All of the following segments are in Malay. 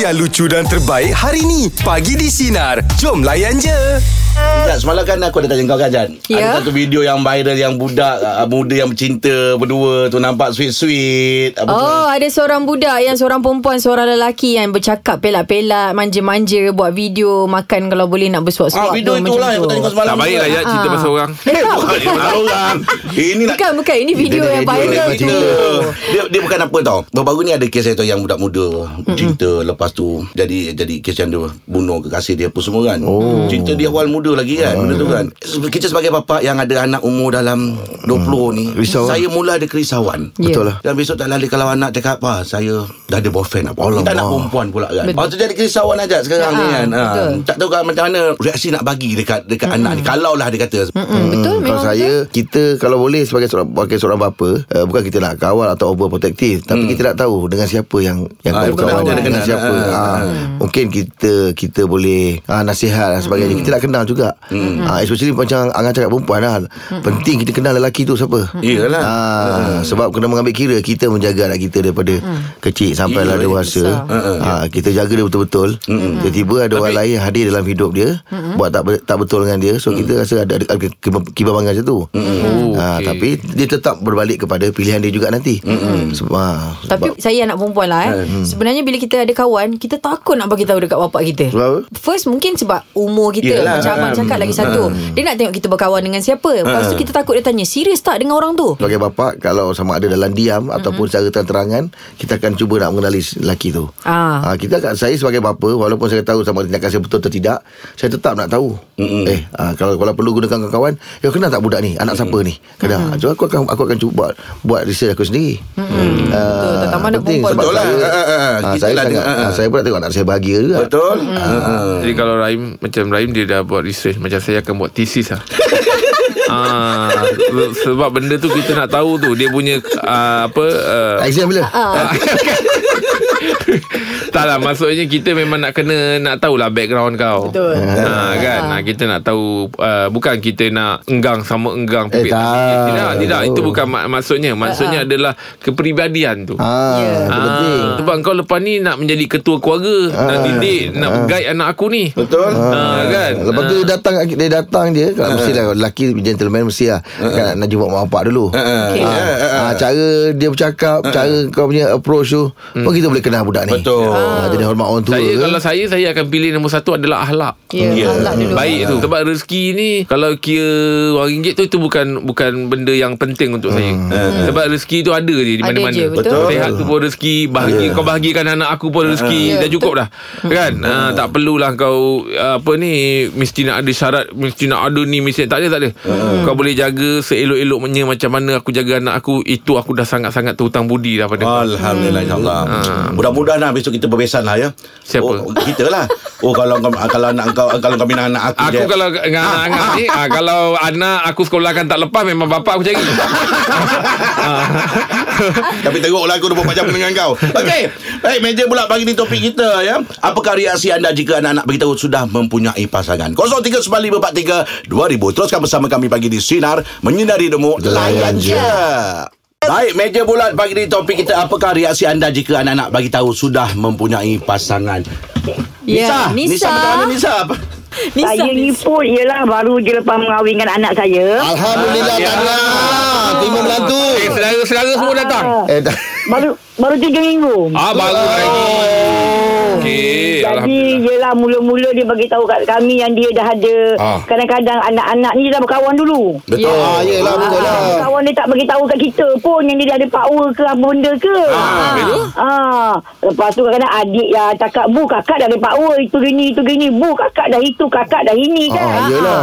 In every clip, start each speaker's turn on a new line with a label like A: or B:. A: yang lucu dan terbaik hari ni. Pagi di Sinar. Jom layan je.
B: Jan, semalam kan aku ada tanya kau kan Jan
C: Ya.
B: Ada satu video yang viral Yang budak uh, Muda yang bercinta Berdua tu nampak sweet-sweet Apa tu
C: Oh, ada seorang budak yang seorang perempuan, seorang lelaki yang bercakap pelak-pelak, manja-manja, buat video makan kalau boleh nak bersuap-suap.
B: Ah, video
C: tu,
B: itulah
C: macam
B: yang aku
C: tu.
B: tanya kau semalam kan.
D: Tak baik lah Yat cerita
C: Ah.
D: pasal orang
B: Eh, bukan dia pasal orang Ini nak
C: Bukan, bukan. Ini video yang
B: dia,
C: viral
B: dia,
C: tu.
B: dia, dia bukan apa tau Baru-baru ni ada kes saya tu Yang budak muda Cinta Lepas tu Jadi jadi kes yang dia Bunuh kekasih dia Apa semua kan oh. Cinta dia awal muda lagi
C: Ah.
B: kan Benda tu kan Kita sebagai bapa Yang ada anak umur dalam 20 ni
E: Risauan.
B: Saya mula ada kerisauan
C: Hmm. Ya.
E: Betul lah.
B: Dan besok tak lali kalau anak cakap apa Saya dah ada boyfriend apa Allah Tak nak perempuan pula kan
C: Betul.
B: Lepas tu jadi kerisauan aja sekarang
C: Ya,
B: ni kan ha,
C: betul.
B: Tak tahu kan macam mana Reaksi nak bagi dekat dekat anak ni Kalau lah dia kata
C: Hmm, betul
E: Hmm,
C: memang
E: kalau saya kita kalau boleh sebagai seorang sebagai seorang bapa uh, bukan kita nak kawal atau overprotective tapi kita nak tahu dengan siapa yang yang
B: Hmm. Ah,
E: kau
B: betul.
E: berkawan
B: Dia ada
E: dengan
B: kenal.
E: siapa
B: Ah,
E: ha, mungkin kita kita boleh ha, nasihat dan sebagainya kita nak kenal juga hmm. ha, especially macam Angah cakap perempuan lah
C: Hmm.
E: penting kita kenal lelaki tu siapa
B: Yelah.
D: lah. Ah.
E: ha, sebab kena mengambil kira kita menjaga anak kita daripada kecil sampai lah
B: Hmm. Iya,
E: dewasa
D: Ah,
E: ha, kita jaga dia betul-betul
D: Hmm.
E: tiba-tiba ada orang lain hadir dalam hidup dia
B: Hmm.
E: buat tak be- tak betul dengan dia so kita rasa ada, ada, ada kebab- kebabangan macam tu
D: Hmm. Oh,
E: ha,
D: okey.
E: tapi dia tetap berbalik kepada pilihan dia juga nanti
D: Hmm.
E: sebab, ha,
C: Tapi
E: sebab
C: saya anak perempuan lah eh. Hmm. Sebenarnya bila kita ada kawan, kita takut nak bagi tahu dekat bapak kita.
E: Sebab apa?
C: First mungkin sebab umur kita
B: Yelah,
C: Yelah, Macam abang
B: um,
C: cakap lagi satu Dia nak tengok kita berkawan dengan siapa Lepas tu kita takut dia tanya Serius tak dengan orang tu
E: sebagai bapa kalau sama ada dalam diam ataupun secara terang-terangan kita akan cuba nak mengenali lelaki tu.
C: Ah.
E: Ha, kita akan- saya sebagai bapa walaupun saya tahu sama ada tindakan saya betul atau tidak, saya tetap nak tahu. Mm-mm. Eh ha, kalau kalau perlu gunakan kawan-kawan, ya kenal tak budak ni? Anak siapa ni? Kenal. Mm-hmm. So aku akan aku akan cuba buat, buat research aku sendiri. Mm-hmm.
C: Betul, terutama anak perempuan.
E: Sebab
B: Betul lah.
E: saya,
B: Ah, ah, ah.
E: ha,
B: Kita
E: saya
B: lah
E: sangat,
B: dengar, ah, ah.
E: ha, saya pun nak tengok anak saya bahagia juga.
B: Betul Ha.
D: Jadi kalau Rahim Macam Rahim dia dah buat research Macam saya akan buat tesis lah Ah, se- sebab benda tu kita nak tahu tu dia punya ah, apa ah,
E: Ah, Exam bila?
D: tak lah maksudnya kita memang nak kena nak tahulah background kau
C: Betul.
D: ha, kan ha. kita nak tahu uh, bukan kita nak enggang sama enggang
E: Eh,
D: pipit.
E: tak.
D: tidak tidak itu
E: Oh. Ah.
D: bukan mak- maksudnya maksudnya adalah kepribadian tu
E: Ha,
C: Ya.
E: itu penting.
D: Ah, sebab kau lepas ni nak menjadi ketua keluarga, nak
E: Ah.
D: didik, nak guide anak aku ni.
B: Betul
D: Ah, kan?
E: Lepas tu dia datang dia datang dia kalau mesti lah lelaki gentleman mesti lah kan nak jumpa mak bapak dulu.
C: Okay.
E: Ah, ah, cara dia bercakap, cara kau punya approach tu, pun kita boleh kenal budak ni.
B: Betul.
E: Ah, jadi hormat orang tua.
D: Saya
E: ke?
D: kalau saya saya akan pilih nombor satu adalah ahlak.
C: Ya
B: Ya.
C: yeah. dulu
D: Baik tu sebab rezeki ni kalau kira orang ringgit tu itu bukan bukan benda yang penting untuk saya. Sebab rezeki tu ada je di
C: Ada
D: mana-mana.
C: je, Hmm. betul.
B: Betul.
D: Sehat tu pun rezeki, bahagia kau bahagikan anak aku pun rezeki
C: Ya, Hmm.
D: dah cukup dah. Kan? Ah, tak perlulah kau ah, apa ni mesti nak ada syarat, mesti nak ada ni mesti tak ada tak ada.
C: Hmm.
D: Kau boleh jaga seelok-eloknya macam mana aku jaga anak aku itu aku dah sangat-sangat terhutang budi dah pada kau.
B: Alhamdulillah insyaAllah Mudah-mudahan lah Besok kita berbesan lah ya
D: Ah. Siapa?
B: Oh, kita lah Oh kalau kau- kalau anak kau Kalau kau minat anak aku
D: Aku
B: je.
D: kalau dengan anak-anak ni ah, Kalau anak aku sekolahkan tak lepas Memang bapak aku cari Ah.
B: Tapi teruk lah aku 24 jam dengan kau Okey Baik meja pula pagi ni topik kita ya Apakah reaksi anda jika anak-anak beritahu Sudah mempunyai pasangan 0395432000 Teruskan bersama kami pagi di Sinar Menyinari Demo Layan je Baik, meja bulat pagi ni topik kita apakah reaksi anda jika anak-anak bagi tahu sudah mempunyai pasangan. Nisa,
C: Ya, Nisa.
B: macam mana Nisa?
C: Nisa,
F: Saya ni
C: Nisa.
F: pun ialah baru je lepas mengahwinkan anak saya.
B: Ah,
E: Alhamdulillah tahniah. Terima melantu.
D: Eh, saudara-saudara
F: Ah.
D: semua datang
E: Eh, dah.
F: Baru baru tujuh minggu.
D: Ah, baru lagi
B: Oh.
F: Jadi
D: Okey, Alhamdulillah
F: ialah mula-mula dia bagi tahu kat kami yang dia dah ada
D: Ah.
F: kadang-kadang anak-anak ni dah berkawan dulu.
B: Betul.
E: Ah, yelah betul lah.
F: Kawan dia tak bagi tahu kat kita pun yang dia dah ada power ke apa benda ke.
D: Ah, betul.
F: Ah, lepas tu kadang-kadang adik ya cakap bu kakak dah ada power itu gini itu gini bu kakak dah itu kakak dah ini kan.
E: Ah, yelah.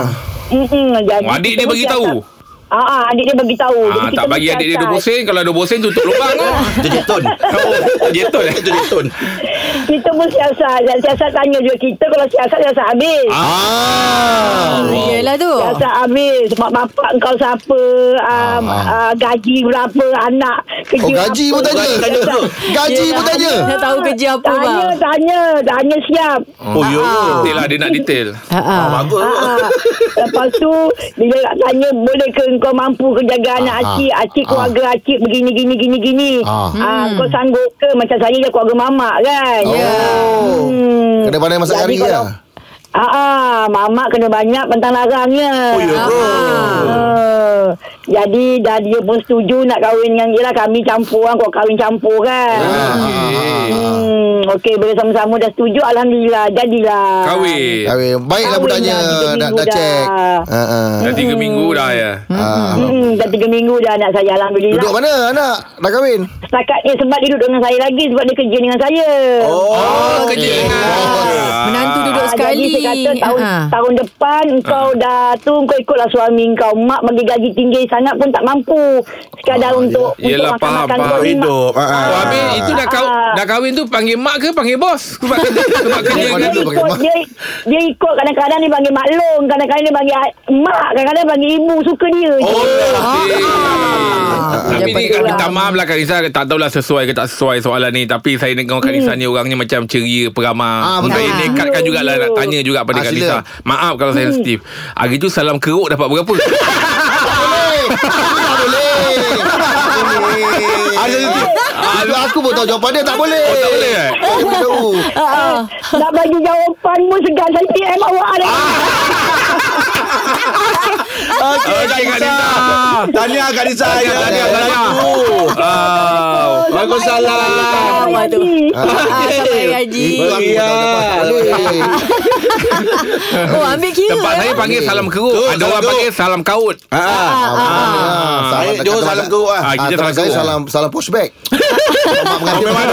F: Mm-mm, jadi
D: ya. Oh, adik
F: kita mesti
D: dia bagi tahu?
F: atas- Ah, ah, adik dia bagi tahu.
D: Ah, tak bagi adik dia 20 sen Kalau 20 sen tutup lubang tu
B: Itu jeton. Oh, jeton. Itu jeton.
F: Kita pun siasat Dan Siasat tanya juga kita Kalau siasat Siasat habis ah.
C: Ah, Yelah tu
F: Siasat habis Mak bapak kau siapa um, ah. uh, Gaji berapa Anak Kerja
E: Oh, gaji
F: apa.
E: pun tanya.
B: Tanya tu.
E: Gaji
C: Yelah,
E: pun tanya.
C: Nak tahu kerja apa
F: Tanya
C: bang
F: Tanya Tanya siap
C: Ah.
B: Oh, yo.
D: Detail lah dia nak detail
C: Ha ah.
B: Bagus.
F: Ah, lepas tu bila nak tanya boleh ke kau mampu ke jaga anak acik acik keluarga acik begini gini gini gini ah. kau sanggup ke macam saya je keluarga mamak kan Hmm.
E: Oh,
C: Ya.
E: Oh. Kena pandai
F: Jadi
E: masak kari
F: kalau-
E: lah.
F: Ah, ah, mamak kena banyak bentang larangnya.
B: Oh, ya ke?
F: Ah. Jadi dah dia pun setuju nak kahwin dengan dia lah. Kami campur kan. Kau kahwin campur kan.
E: Ya.
B: Ah,
F: Hmm, Okey, bila sama-sama dah setuju. Alhamdulillah, jadilah.
D: Kahwin.
E: Kahwin. Ah, eh, Baiklah
F: Kahwin
E: budaknya.
F: dah tiga
E: Dah,
F: minggu
E: dah check.
F: dah.
E: Ha, ha.
D: Dah tiga minggu dah ya.
E: Ah,
F: Hmm, dah tiga minggu dah anak saya. Alhamdulillah.
E: Duduk mana anak? Dah kahwin?
F: Setakat ni sebab dia duduk dengan saya lagi. Sebab dia kerja dengan saya.
D: Oh, kerja
C: Ah, Menantu duduk
F: Ah,
C: sekali.
F: Jadi saya kata tahun,
C: Ah.
F: tahun depan kau dah tu kau ikutlah suami kau. Mak bagi gaji tinggi sangat pun tak mampu. Sekadar untuk
D: Yelah,
F: untuk
D: faham,
F: makan-makan tu,
D: faham.
F: mak-
B: Hidup. Ah, ah.
D: Oh, habis itu dah kau
F: Ah.
D: dah kahwin tu panggil mak ke panggil bos? Sebab kerja sebab kerja
E: Kau
F: dia
E: dah dulu
F: ikut,
E: pakai mak.
F: dia, dia ikut kadang-kadang dia panggil mak long kadang-kadang dia panggil a- mak kadang-kadang panggil ibu suka dia
D: Oh,
F: je.
D: okey. Tapi
C: Dapat
D: ni
C: kurang.
D: minta maaf lah Kak Nisa Tak tahulah sesuai ke tak sesuai soalan ni Tapi saya dengar Kak Nisa ni Orangnya macam
E: Ah,
D: ceria Peramah
E: betul.
D: Saya
C: Ah.
D: nekatkan jugalah Nak tanya juga pada
E: Ah,
D: Kak
E: sila.
D: Nisa Maaf kalau saya sensitif Hari tu salam keruk dapat berapa?
E: Boleh. Tak boleh. Ada itu. Itu aku pun tahu jawapan dia tak boleh.
D: Oh, tak boleh, eh?
E: Aku tahu.
F: Ah, nak bagi jawapan pun segan eh, saya PM awak dah
B: Okey,
D: Okey Kak Nisa
B: Tahniah Kak Nisa.
D: Tahniah, tahniah, tahniah. Ah,
C: Ah,
F: Awak
C: tu.
F: ni.
C: Ah, sampai gaji.
E: Itu aku pun tahu jawapan tak boleh.
C: Oh, ambil kira.
D: Tempat saya panggil salam keruk
B: Keruk,
D: Ada
B: salam
D: orang
B: keruk.
D: panggil salam kaut
B: Ah,
E: Ah, salam
B: saya
E: dekat
B: Johor
E: tempat-
B: salam keruk ah.
D: Ah,
E: Ah,
D: kita
E: tempat
D: salam
E: saya
D: keruk.
E: salam salam pushback. Mak mengaji memang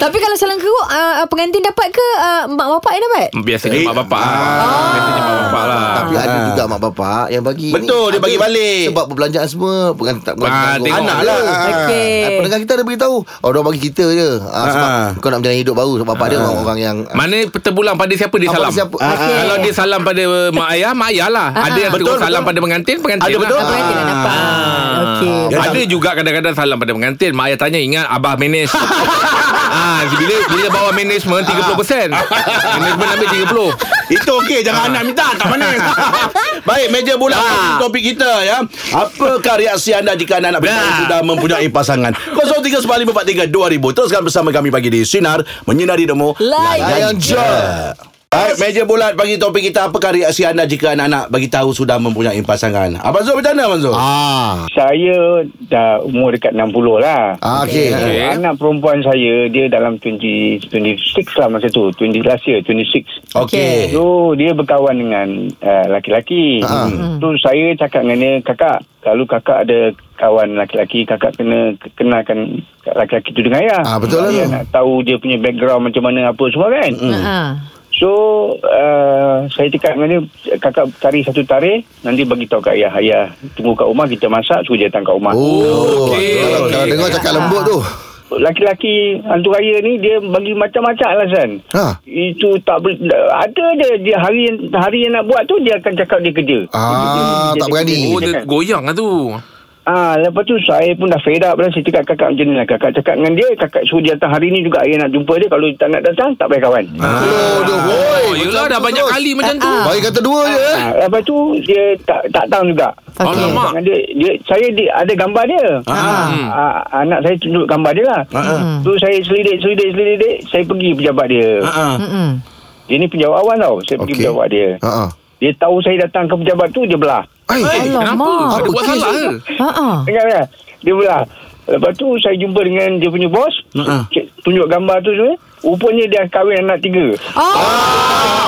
C: Tapi kalau salam keruk, ah, pengantin dapat ke ah, mak bapak yang dapat?
D: Biasanya
B: Eh,
D: mak bapak lah. Biasanya mak bapak lah
E: ah, Tapi ada juga mak bapak yang bagi ni.
B: Betul, dia
E: Ada
B: bagi balik.
E: Sebab perbelanjaan semua Bukan tak bukan
D: Ah,
E: tanggung.
D: tengok.
B: Anak lah. Ah.
C: Okey.
E: Ah, Pendengar kita ada beritahu Oh dia bagi kita je ah, Sebab
B: Ah.
E: kau nak menjalani hidup baru Sebab bapak dia orang, orang yang
D: Mana terpulang pada siapa dia
E: Apa
D: salam
E: siapa?
D: Ah,
E: Okey.
D: Kalau dia salam pada uh, mak ayah Mak ayah lah Ada yang
B: Betul,
D: terus salam
B: betul.
D: pada pengantin Pengantin
B: Ada
D: lah
B: betul?
C: Pengantin yang dapat.
D: Ah.
C: Ah. Okey.
B: Ya,
D: ada
B: tak-
D: juga kadang-kadang salam pada pengantin Mak ayah tanya Ingat abah manage ah, Bila bila bawa management
E: Ah.
D: 30% Management ambil 30
B: Itu okey Jangan anak minta Tak manis Ah. Baik meja bulat
D: Ah.
B: Topik kita ya Apakah reaksi anda Jika anak-anak beritahu
D: Dah.
B: Sudah mempunyai pasangan 0395432000 Teruskan bersama kami Pagi di Sinar Menyinari Demo
C: Layan
B: je Baik, meja bulat pagi topik kita Apakah reaksi anda jika anak-anak bagi tahu sudah mempunyai pasangan? Abang Zul macam mana Abang Zul?
E: Ah,
G: Saya dah umur dekat 60 lah.
E: ah okey.
D: Okey.
G: Okay. Anak perempuan saya dia dalam 20 26 lah masa tu, 20 last year 26.
B: Okey.
G: So dia berkawan dengan uh, laki-laki.
E: Ah.
G: Uh-huh. So saya cakap dengan dia, kakak, kalau kakak ada kawan laki-laki, kakak kena kenalkan laki-laki tu dengan ayah.
E: Ah, betul lah
G: Ayah
E: tu. Hmm.
G: nak tahu dia punya background macam mana apa semua kan.
C: Ah.
G: So uh, saya cakap dengan dia kakak cari satu tarikh nanti bagi tahu kat ayah ayah tunggu kat rumah kita masak suruh dia datang kat rumah.
E: Oh,
D: Okey. Oh,
E: kalau, kalau dengar cakap lembut tu.
G: laki-laki hantu raya ni dia bagi macam-macam alasan.
E: Ha.
G: Itu tak ber, ada je dia hari yang- hari yang nak buat tu dia akan cakap dia kerja.
E: Ah, tak berani.
D: Oh dia
G: Cakap.
D: goyang lah tu
G: Ah, lepas tu saya pun dah fed up lah. Saya cakap kakak macam ni lah. Kakak cakap dengan dia, kakak suruh dia datang hari ni juga ayah nak jumpa dia. Kalau tak nak datang, tak payah kawan.
E: Oh, dia woi.
D: Oh yelah dah banyak kali macam tu
E: Baik kata dua je. eh.
G: Ah, lepas tu dia tak tak tahu juga.
C: Okey.
D: Alamak.
G: Dengan Eh, dia, dia saya dia, ada gambar dia.
B: Ah.
G: Hmm. Ah, anak saya tunjuk gambar dia lah.
B: Ah.
G: Tu saya selidik selidik selidik saya pergi pejabat dia.
B: Ah.
C: Mm-mm.
G: Dia ni penjawat awal tau. Saya pergi
E: Okey.
G: pejabat dia.
E: Ha ah.
G: Dia tahu saya datang ke pejabat tu dia belah.
E: Ai.
D: Eh, Kenapa?
C: Alamak.
D: Ada buat salah ke?
C: Ah, ah.
G: Dengar tak? Dia belah. Lepas tu saya jumpa dengan dia punya bos.
B: Ha-ha.
G: Cik, Tunjuk gambar tu semua. Rupanya dia kahwin anak tiga.
C: Ah.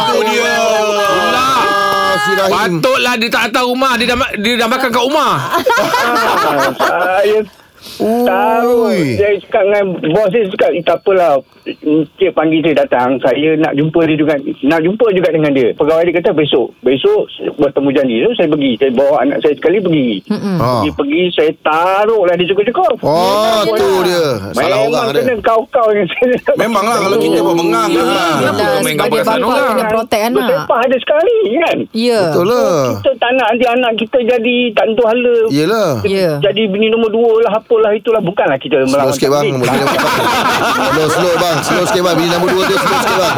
B: Itu dia.
D: Yelah.
E: Ah, si Rahim.
D: Patutlah dia tak hantar rumah Dia dah, ma- dia dah makan kat rumah
G: Ah, saya tahu.
E: Ui.
G: Saya cakap dengan bos saya cakap "Eh, tak apalah. Cik panggil saya datang. Saya nak jumpa dia juga. Nak jumpa juga dengan dia. Pegawai dia kata besok. Besok bertemu janji. So saya pergi. Saya bawa anak saya sekali pergi.
E: Ha.
G: Dia pergi saya taruhlah dia cukup-cukup.
E: Oh, tu dia. Salah
G: Memang
E: orang lah
G: kena
E: dia.
G: kau-kau yang saya.
B: Memanglah kalau kita buat mengang. ah.
D: Kenapa
C: Yelah,
D: main
C: sebagai
D: gambar kat sana
C: bapa
D: orang?
C: kena protect kan, ha. anak.
G: Bertempah ada sekali kan.
C: Ya.
E: Betul lah.
G: Kita tak nak nanti anak kita jadi tak tentu hala.
E: Yelah.
C: Ya.
G: Jadi bini nombor dua lah apalah itulah. Bukanlah
E: Slow
G: kita melawan.
E: sikit bang
G: takdir.
E: Bini nombor- Slow slow bang Slow sikit bang Bini nombor dua tu slow sikit bang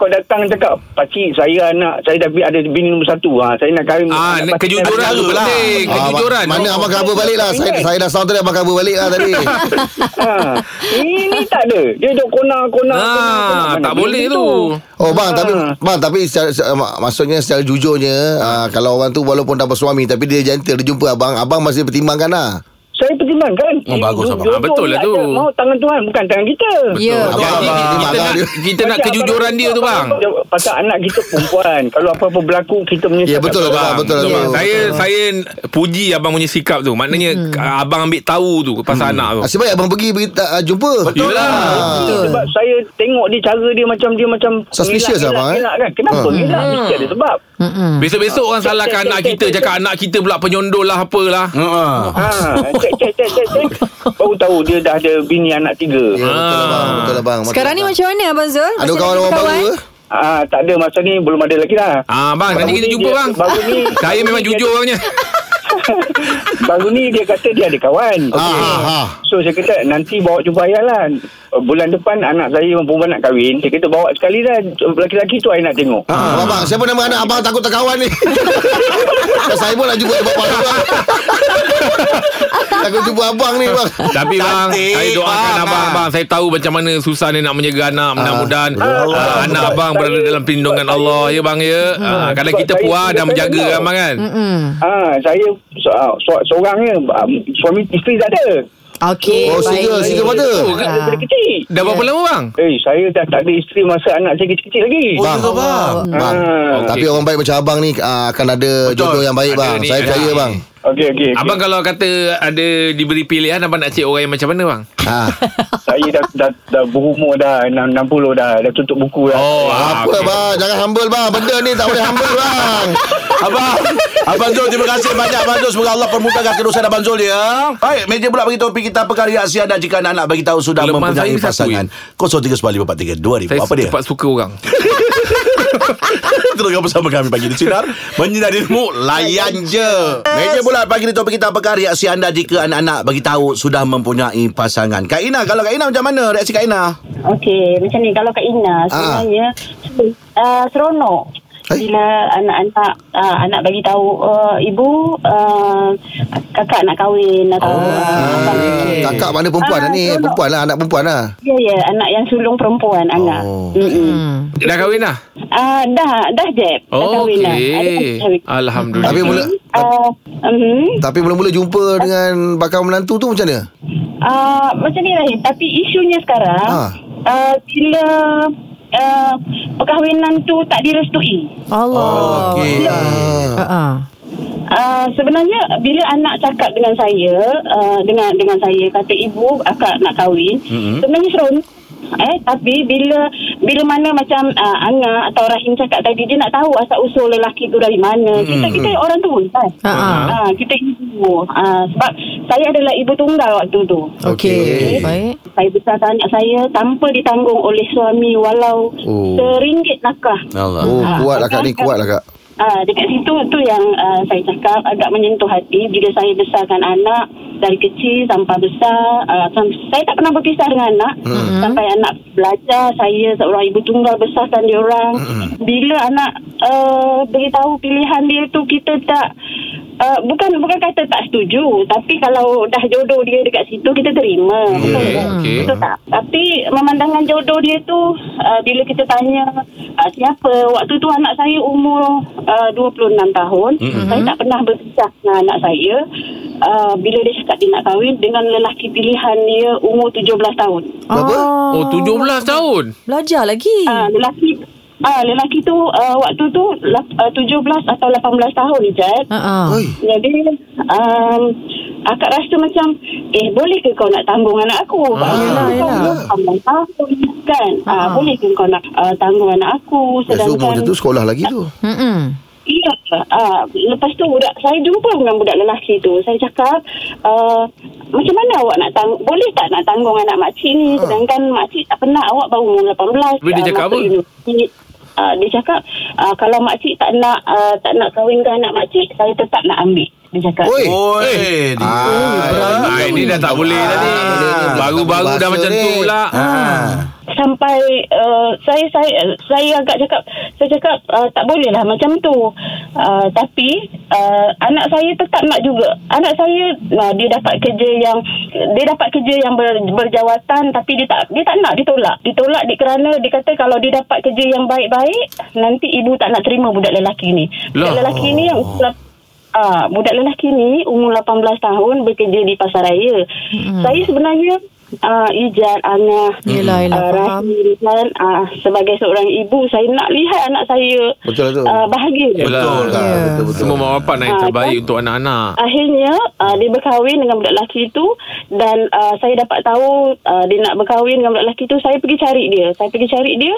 G: kau datang cakap, Pakcik, saya anak, saya dah bi- ada bini nombor satu. Ha, saya nak kahwin.
D: Ah, nak
G: anak pakcik
D: kejujuran
G: saya
D: tu
G: ada."
D: penting. Kejujuran.
E: lah. Ah, Mana abang cover balik lah saya, saya dah sound tadi abang cover balik lah tadi
G: Ha. Ini ni tak ada. Dia duk kona-kona.
D: Ah, tak boleh tu.
E: Oh bang tapi bang tapi secara, se- mak- maksudnya secara jujurnya ah, kalau orang tu walaupun dah bersuami tapi dia gentle dia jumpa abang abang masih pertimbangkan lah.
G: Saya pertimbangkan.
B: Oh, bagus, abang.
D: Ah,
G: Jodoh
D: betul lah
G: tak
D: tu.
G: ada. Mau tangan Tuhan, bukan tangan kita.
C: Ya.
E: Abang,
D: Jadi,
E: abang, abang,
D: kita nak-
E: dia.
D: Kita nak
G: Pasal
D: kejujuran
G: abang-
D: dia tu bang.
G: Pasal anak kita perempuan. Kalau apa-apa berlaku, kita menyesal.
E: Ya betul lah bang betul lah.
D: Betul,
E: tu.
D: bang. Saya saya puji abang punya sikap tu. Maknanya abang ambil tahu tu pasal anak tu.
E: Hmm. Asyik baik Ah, abang pergi pergi tak, ah, jumpa. Ah,
D: Betul lah.
C: Betul.
G: Sebab saya tengok dia cara dia macam dia macam
E: Suspicious
G: ngelak,
E: abang, eh?
G: ngelak, ngelak kan. Kenapa
E: Ha.
G: hmm. gelak? Mesti ada sebab.
C: Mm-mm.
D: Besok-besok orang salahkan anak kita Cakap anak kita pula penyondol lah apalah
B: Ha.
E: Hmm.
G: Ha, cek cek cek cek cek. Baru tahu dia dah ada bini anak tiga.
E: Ya, betul lah
D: Ah.
E: bang betul lah bang.
C: Sekarang ni
E: Betul lah.
C: macam mana Abang Zul?
E: ada
C: Masih
E: kawan
C: lagi
E: orang baru ke?
G: Ah, tak ada masa ni belum ada lagi lah.
D: Ah bang nanti kita
G: ni
D: jumpa
G: dia-
D: bang
G: Baru ni
D: Saya memang
G: dia-
D: jujur orangnya
G: Baru ni dia kata dia ada kawan.
E: Ah,
G: Okey.
E: ah, ah.
G: So saya kata nanti bawa jumpa ayah lah. Uh, Bulan depan anak saya yang perempuan nak kahwin. Saya kata bawa sekali lah. Lelaki-lelaki tu saya nak tengok.
E: Ah, abang, siapa nama anak abang takut terkawan ni? Tak, saya pun nak jumpa bapak abang. takut jumpa abang ni bang.
D: Tapi bang
B: Cantik,
D: Saya doakan
B: bang.
D: abang abang Saya tahu macam mana Susah ni nak menjaga anak Mudah-mudahan
G: Ah,
D: ah,
G: Allah.
D: Anak
G: Sebab
D: abang
G: saya-
D: berada dalam perlindungan
G: sebab
D: Allah
G: saya-
D: Ya bang ya Ah, Kalau
G: Sebab
D: kita
G: saya-
D: puas
G: saya-
D: Dan
G: saya
D: menjaga
G: tahu.
D: kan bang kan
C: Mm.
G: Ah, saya so, so, seorang je. Ah, Suami isteri tak ada.
C: Okey.
E: Oh, single,
C: baik.
E: single mother.
D: Oh,
G: Saya Daripada kecil.
D: Dah berapa lama bang?
G: Eh, saya dah tak ada isteri masa anak saya kecil-kecil lagi.
E: Bang. Oh,
D: Oh.
E: Bang.
G: Ah.
E: Tapi orang baik macam abang ni ah, akan ada jodoh yang baik
D: Ada
E: bang.
D: ni,
E: Saya
D: ada
E: percaya
D: ni.
E: bang.
G: Okey, okey.
D: Abang
G: Okay.
D: kalau kata Ada diberi pilihan Abang nak cek orang yang macam mana bang?
E: Ah.
G: Saya dah, dah, dah berumur dah. 60 dah. Dah tutup buku dah.
D: ah,
E: Apa bang? Jangan humble bang. Benda ni tak boleh humble bang.
B: Abang Abang Zul terima kasih banyak Abang Zul Semoga Allah permudahkan kerusakan Abang Zul ya Baik meja pula bagi topik kita Apa karya asia dan jika anak-anak bagi tahu Sudah
D: Kelemahan
B: mempunyai
D: saya ni satu,
B: pasangan
D: ya.
B: 0395432000
D: Saya
B: Apa dia?
D: cepat suka orang
B: Teruskan bersama kami pagi di Sinar Menyinari dirimu Layan je Meja bulat pagi di topik kita Apa karya asia anda jika anak-anak bagi tahu Sudah mempunyai pasangan Kak Ina Kalau Kak Ina macam mana reaksi Kak Ina?
H: Okey, macam ni kalau Kak Ina sebenarnya uh, seronok
E: Ah. Hai.
H: bila anak-anak uh, anak bagi tahu uh, ibu uh, kakak nak kahwin atau oh, uh,
E: Ah.
H: abang.
D: Ah.
E: Okay. Kakak mana perempuan lah ni?
H: Ah,
E: Perempuan lah, anak perempuan lah.
H: Ya ya anak yang sulung perempuan anak.
E: Oh.
H: Mm-mm.
C: Hmm.
D: Dah kahwin dah?
H: Ah dah dah jeb. dah kahwin dah.
D: Okey Alhamdulillah
E: Tapi mula
H: Uh, uh,
E: tapi mula-mula jumpa dengan bakal menantu tu macam mana?
H: Uh, macam ni Rahim Tapi isunya sekarang
E: Ha.
H: uh, Bila uh, Perkahwinan tu tak direstui
C: Allah.
B: okey.
C: Ah, ah.
H: Uh, sebenarnya bila anak cakap dengan saya uh, dengan dengan saya kata ibu akak nak kahwin mm-hmm. sebenarnya seronok eh tapi bila bila mana macam uh, Anga atau Rahim cakap tadi dia nak tahu asal usul lelaki tu dari mana mm-hmm. kita kita orang tua kan
C: Ha, ha.
H: uh, kita ibu uh, sebab saya adalah ibu tunggal waktu tu
C: Okey. Baik.
H: saya besarkan anak saya tanpa ditanggung oleh suami walau
E: Oh.
H: seringgit nakah
B: Allah
E: Oh, kuat lah kak ni, kuat lah kak.
H: Ah, dekat situ tu yang ah, saya cakap agak menyentuh hati bila saya besarkan anak dari kecil sampai besar. Ah, sam- saya tak pernah berpisah dengan anak hmm. sampai anak belajar. Saya seorang ibu tunggal besarkan dia orang. Hmm. Bila anak uh, beritahu pilihan dia tu kita tak Uh, bukan bukan kata tak setuju tapi kalau dah jodoh dia dekat situ kita terima betul
D: Okey,
H: tak?
D: okey.
H: betul tak tapi memandangkan jodoh dia tu uh, bila kita tanya uh, siapa waktu tu anak saya umur uh, 26 tahun mm-hmm. saya tak pernah berpisah dengan anak saya uh, bila dia cakap dia nak kahwin dengan lelaki pilihan dia umur 17 tahun
E: Berapa?
C: Ah.
D: Oh 17 tahun
C: Belajar lagi.
H: Ah, lelaki ah lelaki tu uh, waktu tu lap- uh, 17 atau 18 tahun je
C: Ha ah.
E: Oi.
H: jadi um, akak rasa macam eh boleh ke kau nak tanggung anak aku? Ah,
C: yelah, yelah.
H: tahun kan. Ah,
C: Ah.
H: boleh ke kau nak uh, tanggung anak aku
E: Ya, so,
H: sedangkan
E: macam tu sekolah lagi tu.
C: Hmm.
H: Iya. Uh, lepas tu budak saya jumpa dengan budak lelaki tu. Saya cakap, uh, macam mana awak nak tang boleh tak nak tanggung anak makcik ni sedangkan makcik tak pernah awak baru umur 18.
D: Tapi dia
H: ah,
D: cakap
H: masuk
D: apa?
H: universiti. Ah, dia cakap uh, kalau makcik tak nak uh, tak nak kahwinkan anak makcik saya tetap nak ambil. Dia cakap.
E: Oi.
A: Eh,
B: Oi, dia.
D: Ah, ini dah tak boleh dah ni.
E: boleh.
D: Baru-baru dah
E: Bahasa
D: macam tu
E: ni.
D: pula.
H: sampai uh, saya saya saya agak cakap saya cakap uh, tak boleh lah macam tu uh, tapi uh, anak saya tetap nak juga anak saya uh, dia dapat kerja yang dia dapat kerja yang ber, berjawatan tapi dia tak dia tak nak ditolak ditolak di kerana dia kata kalau dia dapat kerja yang baik-baik nanti ibu tak nak terima budak lelaki ni budak
D: Lah.
H: lelaki ni yang Ah, budak lelaki ni umur 18 tahun bekerja di pasaraya. Hmm. Saya sebenarnya ah, Ijat, Ana,
C: Yelah, yelah,
H: ah,
C: faham.
H: Rahim kan ah, sebagai seorang ibu saya nak lihat anak saya
E: Betul tu.
H: ah, bahagia.
D: Yelah.
B: Betul lah.
C: Ya.
B: Betul, betul.
D: Semua mak bapak nak yang
H: Ah,
D: terbaik
H: kan?
D: untuk anak-anak.
H: Akhirnya uh, dia berkahwin dengan budak lelaki itu dan uh, saya dapat tahu uh, dia nak berkahwin dengan budak lelaki itu saya pergi cari dia. Saya pergi cari dia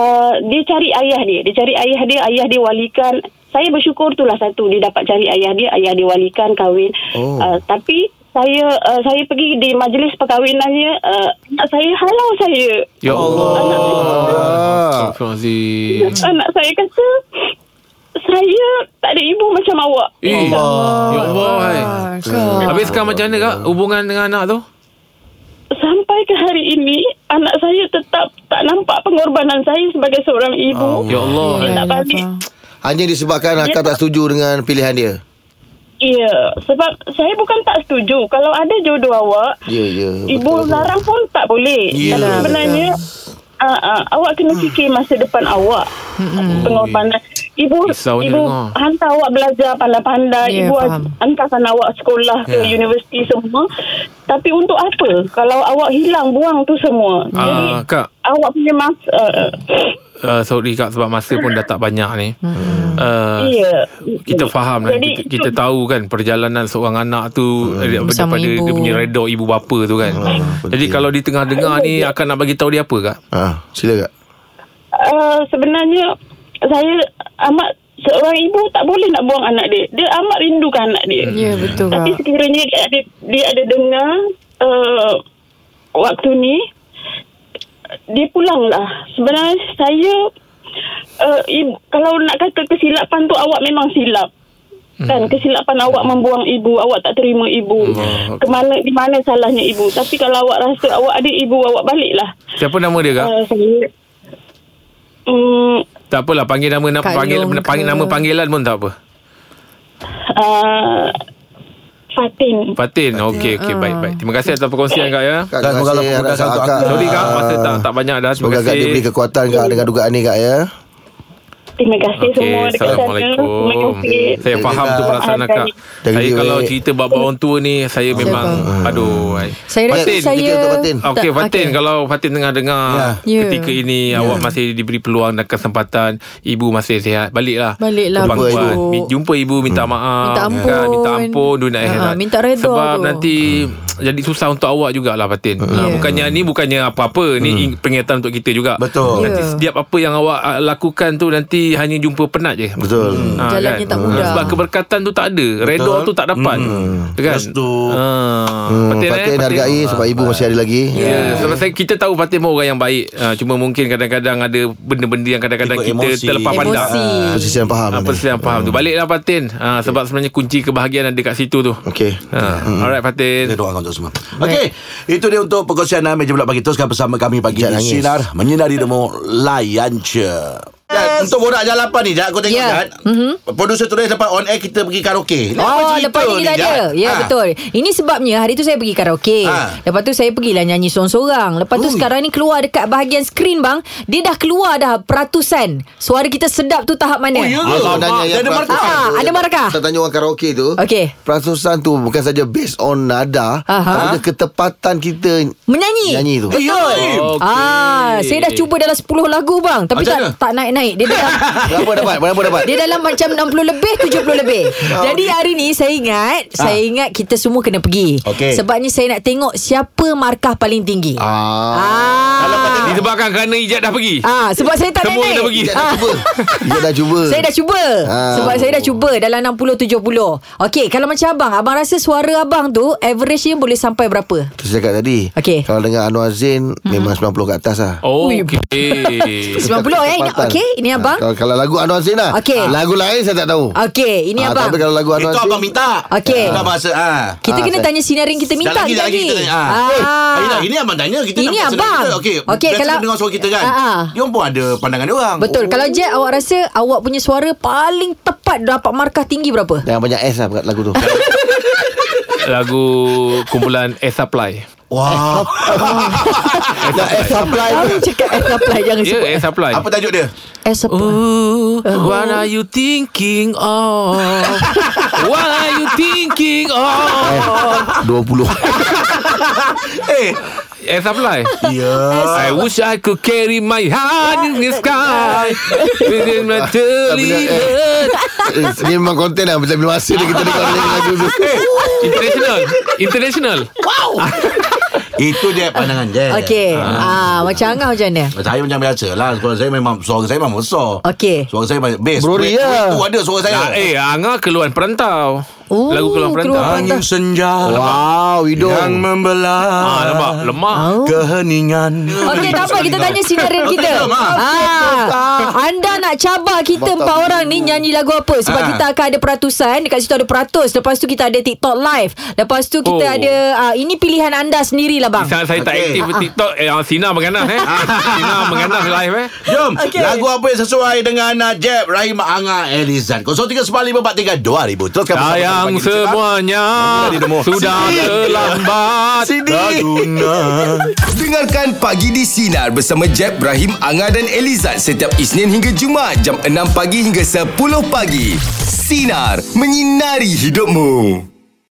H: uh, dia cari ayah dia. Dia cari ayah dia, ayah dia walikan. Saya bersyukur itulah satu dia dapat cari ayah dia, ayah dia walikan kahwin.
E: Oh.
H: Uh, tapi saya uh, saya pergi di majlis perkahwinannya uh, anak saya halau saya.
D: Ya
E: Oh.
D: Allah.
E: Ah.
D: Astagfirullahalazim.
H: Anak saya kata saya tak ada ibu macam awak.
D: Eh, Ya Allah. hai.
C: Kau.
D: Habis sekarang macam mana kak hubungan dengan anak tu?
H: Sampai ke hari ini anak saya tetap tak nampak pengorbanan saya sebagai seorang ibu.
D: Ya Allah. hai.
H: Tak
C: Yelah,
H: balik.
C: faham.
E: Hanya disebabkan akak tak setuju dengan pilihan dia.
H: Ya, sebab saya bukan tak setuju kalau ada jodoh awak,
E: Ya, ya.
H: ibu
E: betul, betul.
H: larang pun tak boleh.
E: Ya,
H: Tapi sebenarnya Uh, uh, awak kena fikir masa depan awak Oh, pengorbanan ibu
D: Risau ni
H: ibu
D: dengar.
H: hantar awak belajar pandai-pandai
C: Ya,
H: ibu
C: faham.
H: hantarkan awak sekolah ke
E: Ya.
H: universiti semua tapi untuk apa kalau awak hilang buang tu semua
D: Ah,
H: jadi
D: kak,
H: awak punya masa uh,
D: uh, sorry kak sebab masa pun dah tak banyak ni. Uh,
H: Ya.
D: kita faham lah
H: Jadi,
D: kita, kita tahu kan perjalanan seorang anak tu hmm. daripada
C: Bersama
D: daripada
C: ibu.
D: dia punya redha ibu bapa tu kan. Jadi
E: penting.
D: kalau di tengah dengar ni akan nak bagi tahu dia apa kak?
E: Ah, sila kak.
H: uh, sebenarnya saya amat seorang ibu tak boleh nak buang anak dia. Dia amat rindukan anak dia.
C: Ya, betul kak.
H: Tapi sekiranya dia ada dia ada dengar uh, waktu ni dia pulanglah. Sebenarnya saya uh, ibu, kalau nak kata kesilapan tu awak memang silap. Kan kesilapan awak membuang ibu, awak tak terima ibu.
D: Allah.
H: Kemana di mana salahnya ibu? Tapi kalau awak rasa awak ada ibu, awak baliklah.
D: Siapa nama dia kak?
H: Uh, saya Hmm,
D: Tak apalah panggil nama nak
C: Kak
D: panggil
C: Long
D: panggil
C: ke?
D: nama panggilan pun tak apa.
H: uh, Fatin.
D: Fatin. Okey okey baik baik. Terima kasih atas perkongsian kak ya.
B: Kak,
E: Kak, terima
B: semoga Allah
E: kasih anak
B: perbudakan
E: akak.
B: untuk akak.
D: Sorry kak masa tak tak banyak dah. Terima
E: Ah. Semoga kak diberi
D: kasih.
E: kekuatan kak dengan dugaan ni kak ya.
H: Terima kasih okay,
D: Okey,
H: semua dekat sana. Terima
D: Assalamualaikum.
H: kasih.
D: Saya faham tu perasaan
H: Ah,
D: akak.
H: baik.
E: Jaga
D: Saya
E: diri
D: kalau
E: baik.
D: cerita bab orang tua ni saya memang aduh. ai.
C: Saya rasa
D: Fatin,
C: saya...
E: tiga tu, Fatin.
C: Tak,
D: Okey Fatin kalau Fatin tengah dengar
C: Ya.
D: ketika ini awak masih diberi peluang dan kesempatan ibu masih sihat baliklah
C: Baliklah,
D: Ke pangkuan.
C: Jumpa ibu.
D: Mi- jumpa ibu minta maaf
C: Minta ampun.
D: kan, minta ampun dunia
C: Ha,
D: akhirat
C: minta redha
D: sebab
C: tu.
D: nanti jadi susah untuk awak jugalah Fatin Ha,
C: Ya.
D: bukannya ni bukannya apa-apa ni ing- pengingatan untuk kita juga
B: Betul.
C: Ya.
D: nanti setiap apa yang awak ah, lakukan tu nanti hanya jumpa penat je
E: Betul.
D: Ah,
C: Jalannya tak mudah.
D: Sebab keberkatan tu tak ada Redha tu tak dapat hmm. Kan
B: Restu.
D: Ah.
E: Hmm,
D: Fatin, eh,
E: Fatin
D: Fatin.
E: hargai sebab ibu masih ada lagi.
D: Ya, yeah. sebab saya kita tahu Fatin pun orang yang baik. Ah, cuma mungkin kadang-kadang ada benda-benda yang kadang-kadang
B: Timbul
D: kita
B: emosi.
D: terlepas pandang.
C: Emosi.
E: Posisi yang faham.
D: Ah,
E: ni.
D: Persisian faham tu. Baliklah Fatin. Ah, sebab sebenarnya kunci kebahagiaan ada kat situ tu.
E: Okey.
D: Ah, alright Fatin.
B: Kita doakan untuk semua. Okey, itu dia untuk perkongsian ah, meja bulat pagi teruskan bersama kami pagi di
E: Jangan nangis.
B: sinar menyinari demo layan je. Yes. Untuk borak jalan lapan ni Jad Kau tengok yeah.
C: Ya.
B: Jad mm-hmm. Producer tulis lepas on air Kita pergi karaoke Ni apa
C: Oh
B: cerita
C: lepas ni kita
B: Jad?
C: ada Ya
B: Ah.
C: betul Ini sebabnya hari tu saya pergi karaoke
B: Ah.
C: Lepas tu saya pergilah nyanyi seorang-seorang Lepas
B: Ui.
C: tu sekarang ni keluar dekat bahagian skrin bang Dia dah keluar dah peratusan Suara kita sedap tu tahap mana
B: Oh, ya ke?
E: Ah, sebenarnya
B: Dia
E: yang
B: ada
E: peratusan
B: markah.
E: tu,
C: Ah, ada
E: yang
C: markah.
E: Saya tanya orang karaoke tu.
C: Okey.
E: Peratusan tu bukan saja based on nada,
C: Aha.
E: tapi ketepatan kita
C: Menyanyi
E: nyanyi tu.
B: Eh, Ya
D: Okey.
C: Ah, saya dah cuba dalam 10 lagu bang Tapi
B: Macam
C: tak
B: mana?
C: tak naik-naik Dia dalam
E: Berapa dapat? Berapa dapat?
C: Dia dalam macam 60 lebih 70 lebih Jadi hari ni saya ingat Saya ingat kita semua kena pergi
B: Okey.
C: Sebabnya saya nak tengok Siapa markah paling tinggi Ah.
D: Disebabkan kerana Ijat dah pergi.
C: Ah, sebab saya tak
D: Semua
C: naik-naik.
D: dah pergi.
C: Ah.
E: Dia dah cuba.
C: Saya dah cuba
E: Ah.
C: Sebab saya dah cuba Dalam 60-70 Okey Kalau macam abang Abang rasa suara abang tu Average dia boleh sampai berapa?
E: Terus cakap tadi.
C: Okey. Mhm.
E: Kalau dengan Anwar Zain memang 90 ke atas lah.
D: Oh,
C: Ui.
D: okey.
C: 90 eh
E: Ketepatan. Ah,
C: Okey Ni abang.
E: Kalau, kalau lagu Anwar Zain lah
C: Okey.
E: Lagu lain saya tak tahu
C: Okey, ini
E: Ah,
C: abang.
E: Tapi kalau lagu Anwar
B: Itu
E: Zain
B: abang minta
C: Okey.
B: Bukan bahasa ah.
C: Kita
E: Ah,
C: kena
E: saya-
C: tanya sinarin kita minta
B: Dah lagi, dah lagi kita tanya. Ah. Eh, hari
C: Ah.
B: lagi ni abang tanya kita
C: Ini
B: nak pasal
C: abang.
B: kita. Okey.
C: Okey,
B: Okay, Biasa
C: kalau-
B: kalau dengar suara kita kan.
C: Ah, ah.
B: Dia orang pun ada pandangan dia orang.
C: Betul. Kalau Jack awak rasa awak punya suara paling tepat dapat markah tinggi berapa?
E: Jangan banyak S lah Lagu tu
D: Lagu kumpulan Air Supply.
B: Wah.
E: Dah S supply
C: Kamu cakap air Oh. supply jangan
D: Ya, Oh.
C: sebut.
D: Air Supply.
B: Apa tajuk dia?
C: Air supply.
D: Ooh, what are you thinking of? what are you thinking of?
E: 20
B: Eh.
D: Air Supply.
B: Ya.
D: I wish I could carry my heart in the sky within my
E: benar,
D: dirty
E: eh.
D: head.
E: Eh, Ni memang konten lah Bila-bila masa dia kita dengar lagu tu
C: Eh,
D: International, international.
B: Itu dia pandangan dia.
C: Okey. Ah, macam Angah macam mana?
B: Saya macam biasa lah Suara saya memang Suara saya memang besar
C: Okey.
B: Suara saya banyak Bass
E: Brori,
B: Break-
E: ya.
B: break tu ada suara saya
D: Ah, eh, Anga keluhan perantau.
C: Oh,
D: Lagu keluhan perantau.
C: keluhan
B: Angin
C: ah.
B: senja
E: Wow Widow
B: Yang membelah
D: Ah, nampak lemah.
B: Keheningan
C: Oh. Okey, tak apa kita tanya sinarin kita.
B: Tak, Mak.
C: Ah, anda nak cabar kita empat orang ni nyanyi lagu apa? Sebab
B: Ah.
C: kita akan ada peratusan, dekat situ ada peratus. Lepas tu kita ada TikTok live. Lepas tu kita
D: Oh.
C: ada ah, ini pilihan anda sendirilah bang.
D: Sangat saya tak
B: Okey.
D: aktif TikTok Eh ah, Sina mengganas eh Sina mengganas live eh
B: Jom
C: Okey.
B: okay. Lagu apa yang sesuai dengan uh, Jeb Rahim Anga Elizan 0395432000 Teruskan bersama kami
D: Sayang
B: pagi di Sinar.
D: semuanya
B: Tadi demo.
D: Sudah
B: Sini.
D: terlambat
A: Dengarkan Pagi di Sinar bersama Jeb, Ibrahim, Anga dan Elizad setiap Isnin hingga Jumaat jam 6 pagi hingga 10 pagi. Sinar, menyinari hidupmu.